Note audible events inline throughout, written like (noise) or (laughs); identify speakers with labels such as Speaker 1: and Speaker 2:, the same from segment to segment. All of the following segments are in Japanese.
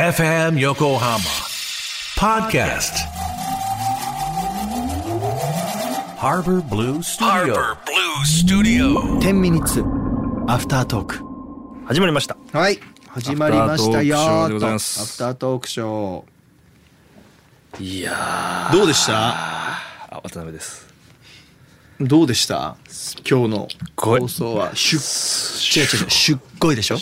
Speaker 1: FM Yokohama Podcast Harbor Blue Studio
Speaker 2: 天ミニッツアフタートーク
Speaker 3: 始まりました。
Speaker 2: はい始まりましたよ
Speaker 3: アフタートークショーで
Speaker 2: ーとアフタートークショーど
Speaker 3: ございますいや
Speaker 2: うでした
Speaker 3: ー、あ渡辺です。
Speaker 2: どうでした今日の
Speaker 3: ごい
Speaker 2: 放送はしゅ違う違うしゅっこいでし (laughs) ょ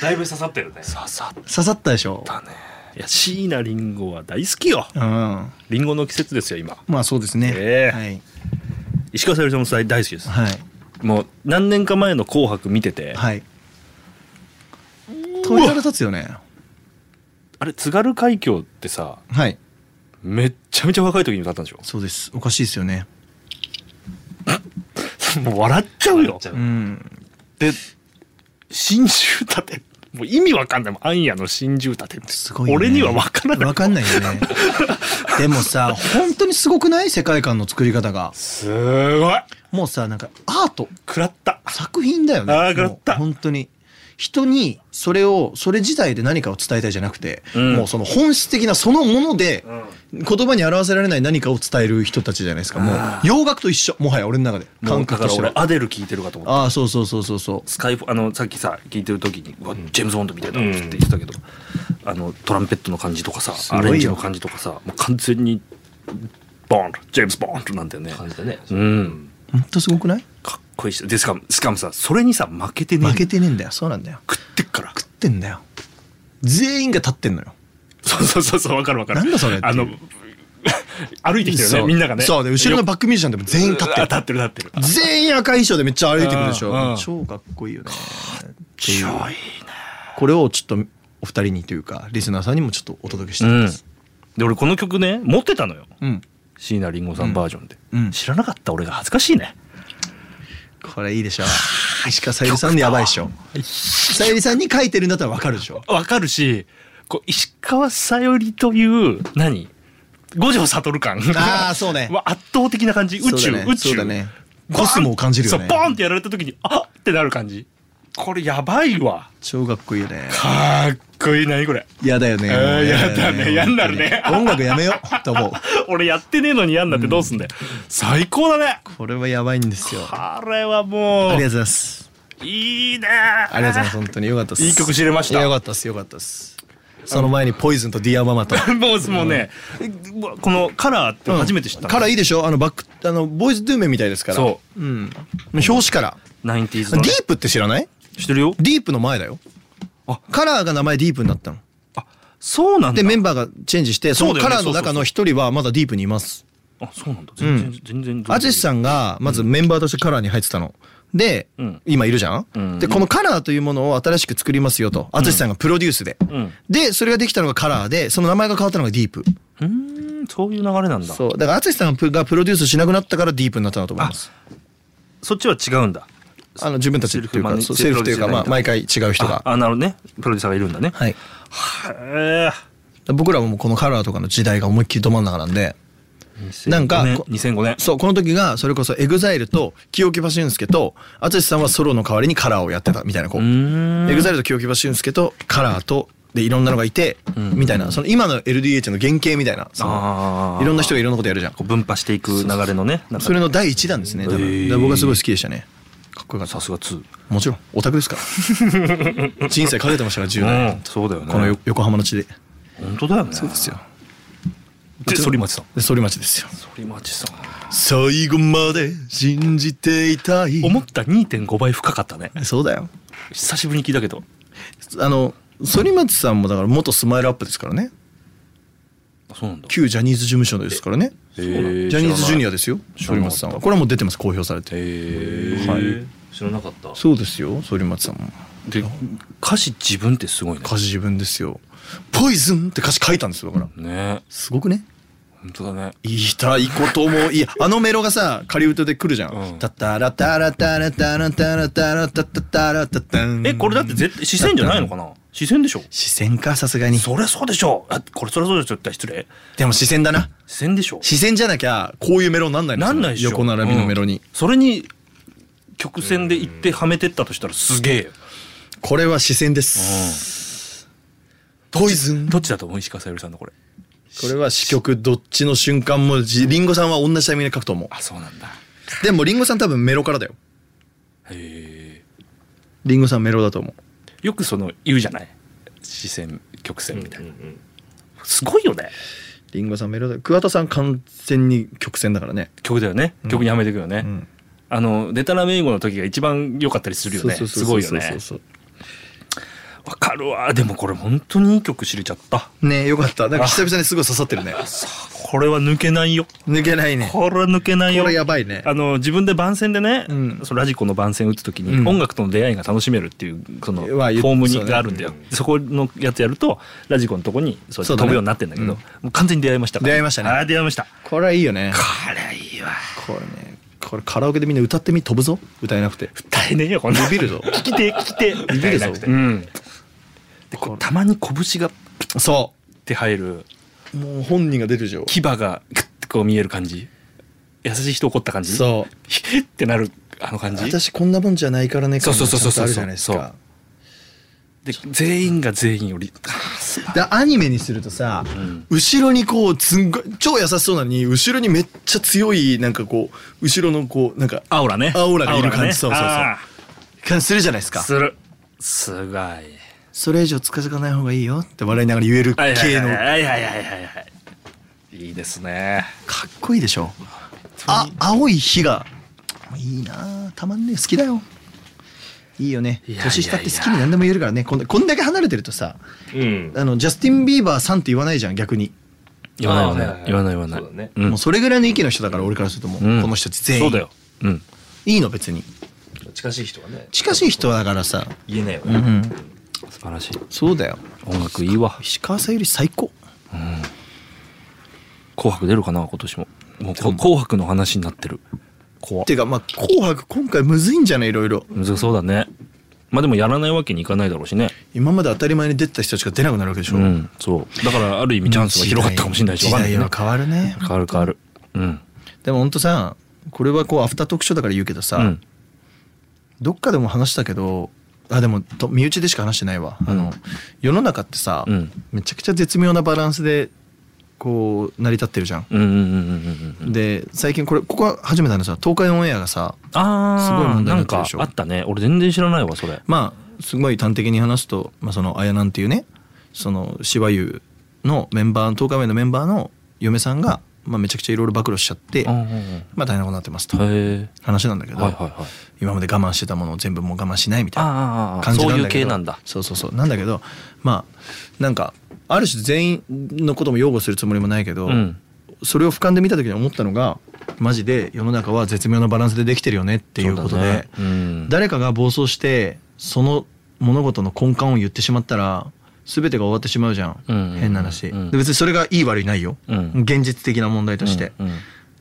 Speaker 4: だいぶ刺さってるね
Speaker 3: 刺さっ
Speaker 2: 刺さったでしょ
Speaker 3: たね。いや、椎名林檎は大好きよ。
Speaker 2: うんま
Speaker 3: リンゴの季節ですよ、今。
Speaker 2: あそうですね、
Speaker 3: ええ石川さゆりさんも大大好きです。
Speaker 2: はいはい
Speaker 3: もう何年か前の紅白見てて、
Speaker 2: はい扉立つよね
Speaker 3: あれ津軽海峡ってさ、
Speaker 2: はい
Speaker 3: めっちゃめちゃ若い時に歌ったんでし
Speaker 2: そうですおかしいですよね
Speaker 3: ょ。もう笑っちゃうよ。
Speaker 2: うん
Speaker 3: で、真珠立て。もう意味わかんないもん。暗夜の真珠立てって。
Speaker 2: すごいよね
Speaker 3: 俺にはわからない。
Speaker 2: わかんないよねでも
Speaker 3: (laughs)
Speaker 2: さ本当にすごくない世界観の作り方が
Speaker 3: すごい。
Speaker 2: もうさなんかアート
Speaker 3: 食らった。
Speaker 2: 作品だよね。
Speaker 3: あー
Speaker 2: もう
Speaker 3: 食らった
Speaker 2: 本当に。人にそれをそれ自体で何かを伝えたいじゃなくて、
Speaker 3: うん
Speaker 2: もうその本質的なそのもので言葉に表せられない何かを伝える人たちじゃないですかもう洋楽と一緒もはや俺の中で
Speaker 3: も
Speaker 2: 感
Speaker 3: うだ
Speaker 2: 覚
Speaker 3: か
Speaker 2: と
Speaker 3: ら
Speaker 2: して
Speaker 3: 俺
Speaker 2: は
Speaker 3: アデル聞いてるかと思った
Speaker 2: ああそうそうそうそうそう
Speaker 3: スカイフあのさっきさ聞いてる時に「うわジェームズ・ボンドみたいだ」って言ってたけど、あのトランペットの感じとかさ
Speaker 2: ごい
Speaker 3: ア
Speaker 2: よ
Speaker 3: レンジの感じとかさもう完全にボンドジェームズ・ボンドなんだよね
Speaker 4: 感じだね
Speaker 3: うん
Speaker 2: 本当すごくない
Speaker 3: かっこいいしでしかもしかもさそれにさ負けてね
Speaker 2: 負けてねえんだよそうなんだよ
Speaker 3: 食ってっから
Speaker 2: 食ってんだよ全員が立ってんのよ
Speaker 3: そうそうそうそうわかるわかる
Speaker 2: なんだそれって
Speaker 3: あの歩いてきてる
Speaker 2: そ
Speaker 3: ね
Speaker 2: う
Speaker 3: みんながね
Speaker 2: そうで後ろの
Speaker 3: よ
Speaker 2: バックミュージシャンでも全員立って
Speaker 3: あ
Speaker 2: る
Speaker 3: 立ってる立ってる
Speaker 2: 全員赤い衣装でめっちゃ歩いてくるでし
Speaker 3: うんう
Speaker 2: ょ
Speaker 3: ん
Speaker 2: 超かっこいいよね
Speaker 3: ちょい
Speaker 2: これをちょっとお二人にというかリスナーさんにもちょっとお届けしたい
Speaker 3: うん
Speaker 2: です。
Speaker 3: で俺この曲ね持ってたのよ
Speaker 2: うん、
Speaker 3: 椎名林檎さんバージョンで、
Speaker 2: うん
Speaker 3: 知らなかった俺が恥ずかしいね
Speaker 2: これいいでしょ。石川さゆりさんでやばいでしょ。さゆりさんに書いてるんだったらわかるでしょ。
Speaker 3: わかるし、こう、石川さゆりという、何五条悟感。
Speaker 2: ああそうね。
Speaker 3: (laughs) は圧倒的な感じ。宇
Speaker 2: そ
Speaker 3: 宙、
Speaker 2: うだね
Speaker 3: 宇宙。
Speaker 2: そうだね。
Speaker 3: バーン
Speaker 2: コスモを感じるよね
Speaker 3: そう、。ボーンってやられた時に、あっってなる感じ。これやばいわ。
Speaker 2: 超かっこいいよね。
Speaker 3: かっこいい。何これ。 (laughs)
Speaker 2: やだよね。
Speaker 3: あーやだね
Speaker 2: や
Speaker 3: やんなるね
Speaker 2: 本当に音楽やめようと思う。
Speaker 3: 俺やってねえのにやんなってどうすんだよ。最高だね。
Speaker 2: これはやばいんですよ。あ
Speaker 3: あれは
Speaker 2: りが
Speaker 3: も
Speaker 2: とう
Speaker 3: う、
Speaker 2: ございます。
Speaker 3: いいね。
Speaker 2: ありがとうございます。本当によかったです。
Speaker 3: いい曲知れました
Speaker 2: いやよかったです。よかったです。その前にポイズンとディアママと。
Speaker 3: (laughs) もう、もうね、このカラーって初めて知ったの。
Speaker 2: カラーいいでしょあのバックあのボーイズドゥーメンみたいですから、
Speaker 3: そう
Speaker 2: うん、表紙から
Speaker 3: ナインティーズ
Speaker 2: デ
Speaker 3: の
Speaker 2: ィ
Speaker 3: ね。
Speaker 2: ープって知らない
Speaker 3: 知ってるよ
Speaker 2: ディープの前だよ
Speaker 3: あ
Speaker 2: カラーが名前ディープになったの
Speaker 3: あ、そうなん
Speaker 2: で。
Speaker 3: だ
Speaker 2: メンバーがチェンジしてそ
Speaker 3: そう
Speaker 2: の
Speaker 3: だよ
Speaker 2: カ
Speaker 3: ね
Speaker 2: ラーの中の一人はまだディープにいます
Speaker 3: あ、そうなんだ。全然、全然。
Speaker 2: アジスさんがまずメンバーとしてカラーに入ってたので、
Speaker 3: うん
Speaker 2: 今いるじゃん、
Speaker 3: うん
Speaker 2: でこのカラーというものを新しく作りますよとアジスさんがプロデュースで、
Speaker 3: ん
Speaker 2: でそれができたのがカラーでその名前が変わったのがディープ
Speaker 3: うーん、そういう流れなんだ。
Speaker 2: そうだからアジスさんがプがプロデュースしなくなったからディープになったんだと思います
Speaker 3: そっちは違うんだ。
Speaker 2: あの自分たちっていう
Speaker 3: セルフマ
Speaker 2: か
Speaker 3: ネ
Speaker 2: そうセルフというか
Speaker 3: セルフ
Speaker 2: まあ
Speaker 3: プロ
Speaker 2: 毎回違う人
Speaker 3: あ
Speaker 2: が
Speaker 3: あ、なるほどね。プロデューサーがいるんだね。
Speaker 2: はい
Speaker 3: へ
Speaker 2: 僕らはもうこのカラーとかの時代が思いっきりど真ん中なんで
Speaker 3: え。
Speaker 2: なんかこ
Speaker 3: 2005年。
Speaker 2: そうこの時がそれこそエグザイルと清木場俊介と淳さんはソロの代わりにカラーをやってたみたいなこう
Speaker 3: うーん
Speaker 2: エグザイルと清木場俊介とカラーとでいろんなのがいてみたいなその今の LDH の原型みたいなその
Speaker 3: あー
Speaker 2: いろんな人がいろんなことやるじゃん
Speaker 3: こう分派していく流れのね。なんか
Speaker 2: それの第一弾ですね多
Speaker 3: へ
Speaker 2: 分
Speaker 3: ー
Speaker 2: で僕はすごい好きでしたねかっこよかった
Speaker 3: さすが2。
Speaker 2: もちろんオタクです (laughs) から人生かけてましたから10
Speaker 3: う
Speaker 2: 年
Speaker 3: ん、そうだよね。
Speaker 2: このよ横浜の地で
Speaker 3: 本当だよね。
Speaker 2: そうですよ
Speaker 3: で、反町さん。
Speaker 2: で反町ですよ
Speaker 3: 反町さん。
Speaker 2: 最後まで信じていたい
Speaker 3: 思った2.5倍深かったね。
Speaker 2: そうだよ
Speaker 3: 久しぶりに聞いたけど。
Speaker 2: あの反町さんもだから元スマイルアップですからね
Speaker 3: あそうなんだ。
Speaker 2: 旧ジャニーズ事務所ですからね
Speaker 3: ジ
Speaker 2: ジャニーズジュニアですよ
Speaker 3: 知ら
Speaker 2: 反
Speaker 3: なかった
Speaker 2: 町さんはこれはもう出てます公表されて
Speaker 3: へ
Speaker 2: は
Speaker 3: え。
Speaker 2: い
Speaker 4: 知らなかった
Speaker 2: そうですよ反町さんも
Speaker 3: で、歌詞自分ってすごいね。
Speaker 2: 歌詞自分ですよ「ポイズン」って歌詞書いたんですよだから
Speaker 3: ね
Speaker 2: すごくね
Speaker 3: 本当だね。
Speaker 2: いいたいこともいいあのメロがさ仮歌で来るじゃ
Speaker 3: うん
Speaker 2: 「
Speaker 3: ん
Speaker 2: タタラタラタラタラタラタラタタタラタタン」
Speaker 3: えこれだって絶対視線じゃないのかな視線でしょ
Speaker 2: 視線かさすがに
Speaker 3: そりゃそうでしょあこれそりゃそうでしょって言ったら失礼
Speaker 2: でも視線だな
Speaker 3: 視線でしょ
Speaker 2: 視線じゃなきゃこういうメロになんないの
Speaker 3: なんないでしょ
Speaker 2: 横並びのメロに、
Speaker 3: うんそれに曲線で行ってはめてったとしたらすげえ
Speaker 2: これは視線です。ポイズン。こ
Speaker 3: どっちだと思う石川さゆりさんのこれ
Speaker 2: れは支局どっちの瞬間もじリンゴさんは同じタイミングで書くと思う。
Speaker 3: あそうなんだ
Speaker 2: でもリンゴさん多分メロからだよ。
Speaker 3: へ
Speaker 2: リンゴさんメロだと思う。
Speaker 3: えよくその言うじゃない視線曲線みたいな、
Speaker 4: ん
Speaker 3: すごいよね
Speaker 2: リンゴさんメロだ。桑田さん完全に曲線だからね。
Speaker 3: 曲だよね曲にはめていくよね、
Speaker 2: うん。
Speaker 3: あのデタラメ英語の時が一番良かったりするよね
Speaker 2: そう
Speaker 3: す
Speaker 2: そ
Speaker 3: ご
Speaker 2: う
Speaker 3: いよ
Speaker 2: そうそう
Speaker 3: ね
Speaker 2: そうそう
Speaker 3: わかるわでもこれ本当にいい曲知れちゃった
Speaker 2: ねえよかった。なんか久々にすごい刺さってるね。
Speaker 3: これは抜けないよ
Speaker 2: 抜けないね。こ
Speaker 3: これは抜けないよ
Speaker 2: れやばいね。
Speaker 3: あの自分で番宣でね、
Speaker 2: うん
Speaker 3: そのラジコの番宣打つ時
Speaker 2: うん
Speaker 3: に音楽との出会いが楽しめるっていうそのフ
Speaker 2: は
Speaker 3: ォ
Speaker 2: 言っ
Speaker 3: ーム
Speaker 2: そう
Speaker 3: に
Speaker 2: ね
Speaker 3: があるんだよ、そこのやつやるとラジコのとこにそうやって
Speaker 2: そうだ
Speaker 3: 飛
Speaker 2: ね
Speaker 3: ぶようになってんだけど
Speaker 2: うん
Speaker 3: もう完全に出会いましたから
Speaker 2: 出会いましたね
Speaker 3: あー出会いました
Speaker 2: これはいいよね。
Speaker 3: あらいいわ
Speaker 2: これね。これカラオケでみんな歌ってみ飛ぶぞ。歌えなくて。
Speaker 3: 歌えねえよこんな
Speaker 2: ビビるぞ
Speaker 3: 聞きて聞きて
Speaker 2: ビビるぞ
Speaker 3: うんでこうたまに拳がプッ
Speaker 2: そ
Speaker 3: て入る
Speaker 2: う。もう本人が出るじゃん。
Speaker 3: 牙がグッてこう見える感じ優しい人怒った感じう
Speaker 2: そう。
Speaker 3: ひってなるあの感じ
Speaker 2: 私こんなもんじゃないからね
Speaker 3: そうそうそうそうそう
Speaker 2: 感がちゃんとあるじゃないです
Speaker 3: で全員が全員よりあーす
Speaker 2: かだアニメにするとさ、後ろにこうすんごい超優しそうなのに後ろにめっちゃ強いなんかこう後ろのこうなんか
Speaker 3: (laughs) アオラね
Speaker 2: アオラがいる感じ
Speaker 3: ね
Speaker 2: そうそうそう
Speaker 3: あ
Speaker 2: 感じするじゃないです
Speaker 3: ー
Speaker 2: か
Speaker 3: するすごい
Speaker 2: それ以上つかづかない方がいいよって笑いながら言える
Speaker 3: はいはい
Speaker 2: 系
Speaker 3: は
Speaker 2: の
Speaker 3: いはいはいはいはいはいいいですね
Speaker 2: かっこいいでしょあ青い火がいいなあたまんねえ好きだよいいよね
Speaker 3: いやいやいや
Speaker 2: 年下って好きに何でも言えるからねこんこんだけ離れてるとさ
Speaker 4: うん
Speaker 2: あのジャスティン・ビーバーさんって言わないじゃん逆に
Speaker 3: 言わないよね、
Speaker 4: あーはいはいはい
Speaker 3: 言わない言わない
Speaker 4: そうだね
Speaker 3: ん
Speaker 2: もうそれぐらいの域の人だから俺からするともう、
Speaker 3: うん
Speaker 2: この人たち全員
Speaker 3: そうだようん
Speaker 2: いいの別に
Speaker 4: 近しい人はね
Speaker 2: 近しい人はだからさ
Speaker 4: 言えないよ
Speaker 2: うん、
Speaker 4: ね
Speaker 3: 素晴らしい
Speaker 2: そうだよ
Speaker 3: 音楽いいわ
Speaker 2: 石川さゆり最高
Speaker 3: 紅白出るかな今年ももうこ紅白の話になってる怖って
Speaker 2: かまあ「紅白」今回むずいんじゃないいろいろ
Speaker 3: 難しそうだねまあでもやらないわけにいかないだろうしね
Speaker 2: 今まで当たり前に出てた人しか出なくなるわけでしょ、
Speaker 3: うんそうだからある意味チャンスが広がったかもしれないし
Speaker 2: 時
Speaker 3: わかんない
Speaker 2: 代
Speaker 3: ね
Speaker 2: は変わるね
Speaker 3: 変わる変わるうん
Speaker 2: でもほんとさこれはこうアフタートークショーだから言うけどさ、
Speaker 3: うん
Speaker 2: どっかでも話したけどあでもと身内でしか話してないわ、あの世の中ってさ、
Speaker 3: うん
Speaker 2: めちゃくちゃ絶妙なバランスでこう成り立ってるじゃん、
Speaker 3: うんうんうんうんうんうん
Speaker 2: で最近これここは初めてのさ東海オンエアがさ
Speaker 3: ああ
Speaker 2: すごい問題に
Speaker 3: な
Speaker 2: なっ
Speaker 3: ん
Speaker 2: てる
Speaker 3: か
Speaker 2: でしょ
Speaker 3: あったね俺全然知らないわそれ
Speaker 2: まあすごい端的に話すと、まあ、その綾なんていうねその芝優のメンバー東海オンエアのメンバーの嫁さんが、まあ、めちゃくちゃいろいろ暴露しちゃって、
Speaker 3: うんうんうん
Speaker 2: まあ、大変なことになってますと
Speaker 3: へえ
Speaker 2: 話なんだけど、
Speaker 3: はいはいはい
Speaker 2: 今まで我慢してたものを全部もう我慢しないみたいな
Speaker 3: あーあーあー
Speaker 2: 感じ
Speaker 3: そう
Speaker 2: なん
Speaker 3: い
Speaker 2: だ
Speaker 3: う
Speaker 2: け
Speaker 3: 系
Speaker 2: ど
Speaker 3: なんだ
Speaker 2: そうそうそうなんだけどまあなんかある種全員のことも擁護するつもりもないけど、
Speaker 3: うん
Speaker 2: それを俯瞰で見た時に思ったのがマジで世の中は絶妙なバランスでできてるよねっていうこと
Speaker 3: そうだ
Speaker 2: で
Speaker 3: ね、うん
Speaker 2: 誰かが暴走してその物事の根幹を言ってしまったら全てが終わってしまうじゃん、
Speaker 3: うんうんうん
Speaker 2: 変な話、
Speaker 3: うん
Speaker 2: で別にそれがいい悪いないよ、
Speaker 3: うん
Speaker 2: 現実的な問題として。
Speaker 3: うんうん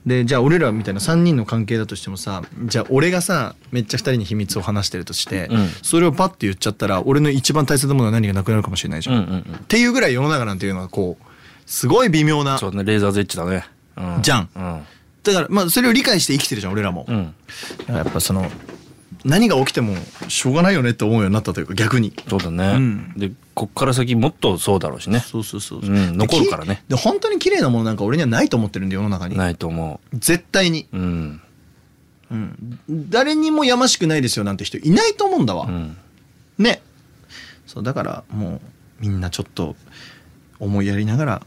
Speaker 2: でじゃあ俺らみたいな3人の関係だとしてもさじゃあ俺がさめっちゃ2人に秘密を話してるとして、
Speaker 3: うん
Speaker 2: それをパッて言っちゃったら俺の一番大切なものは何がなくなるかもしれないじゃん。
Speaker 3: うんうんうん
Speaker 2: っていうぐらい世の中なんていうのはこうすごい微妙な
Speaker 3: そうねレーザーゼッチだねう
Speaker 2: じゃん
Speaker 3: うん
Speaker 2: だからまあそれを理解して生きてるじゃん俺らも。
Speaker 3: うん
Speaker 2: だからやっぱその何が起きてもしょうがないよねって思うようになったというか逆に。
Speaker 3: そうだね、
Speaker 2: うん
Speaker 3: でこっから先もっとそうだろうしね
Speaker 2: そうそうそう。
Speaker 3: うん残るからね
Speaker 2: できで本当に綺麗なものなんか俺にはないと思ってるんで世の中に。
Speaker 3: ないと思
Speaker 2: 絶対に。
Speaker 3: ううん
Speaker 2: うん誰にもやましくないですよなんて人いないと思うんだわ。
Speaker 3: うん
Speaker 2: ねそうだからもうみんなちょっと思いやりながら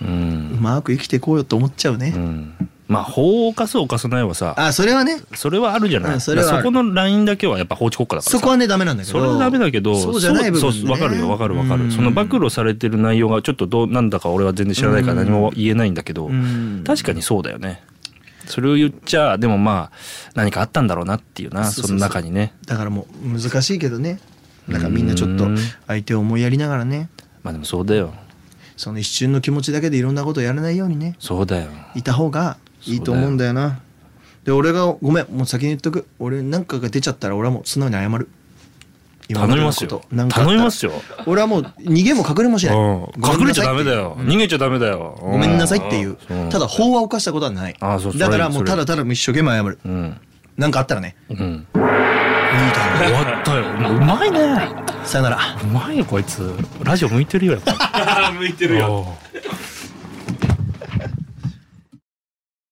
Speaker 3: う、
Speaker 2: うんまく生きていこうよと思っちゃうね、
Speaker 3: うん、まあ法を犯す犯さないはさ
Speaker 2: あそれはね
Speaker 3: それはあるじゃない、
Speaker 2: うんそれはある
Speaker 3: だからこのラインだけはやっぱ法治国家だからさ
Speaker 2: そこはねダメなんだけ
Speaker 3: そ
Speaker 2: ど
Speaker 3: れはダメだけど
Speaker 2: そうじゃない部分、ね、
Speaker 3: そうそうわかるよわかるわか
Speaker 2: うん
Speaker 3: るその暴露されてる内容がちょっとどうなんだか俺は全然知らないから何も言えないんだけど
Speaker 2: うん
Speaker 3: 確かにそうだよねそれを言っちゃでもまあ何かあったんだろうなっていうな
Speaker 2: そうそう
Speaker 3: そ
Speaker 2: そう
Speaker 3: の中にね
Speaker 2: だからもう難しいけどねだからみんなちょっと
Speaker 3: うん
Speaker 2: 相手を思いやりながらね
Speaker 3: まあでもそうだよ
Speaker 2: その一瞬の気持ちだけでいろんなことやらないようにね
Speaker 3: そうだよ
Speaker 2: いた方がいいと思うんだよなで俺がごめんもう先に言っとく俺なんかが出ちゃったら俺はもう素直に謝る今
Speaker 3: 頼
Speaker 2: までの
Speaker 3: みま
Speaker 2: こ
Speaker 3: す
Speaker 2: と
Speaker 3: よ
Speaker 2: な
Speaker 3: 頼
Speaker 2: んかあったら
Speaker 3: みますよ
Speaker 2: 俺はもう逃げも隠れもしない、
Speaker 3: うん隠れちゃダメだよ逃げちゃダメだよ
Speaker 2: ごめんなさいっていう
Speaker 3: そう
Speaker 2: ただ法は犯したことはない
Speaker 3: あそうそれ
Speaker 2: だからもう
Speaker 3: それ
Speaker 2: ただただもう一生懸命謝る
Speaker 3: うん
Speaker 2: なんかあったらね
Speaker 3: うん
Speaker 2: 終わったよ
Speaker 3: うまいね
Speaker 2: さよなら
Speaker 3: うまいよこいつラジオ向いてるよやっ
Speaker 5: (laughs)
Speaker 3: ぱ
Speaker 5: 向いてるよ
Speaker 3: おう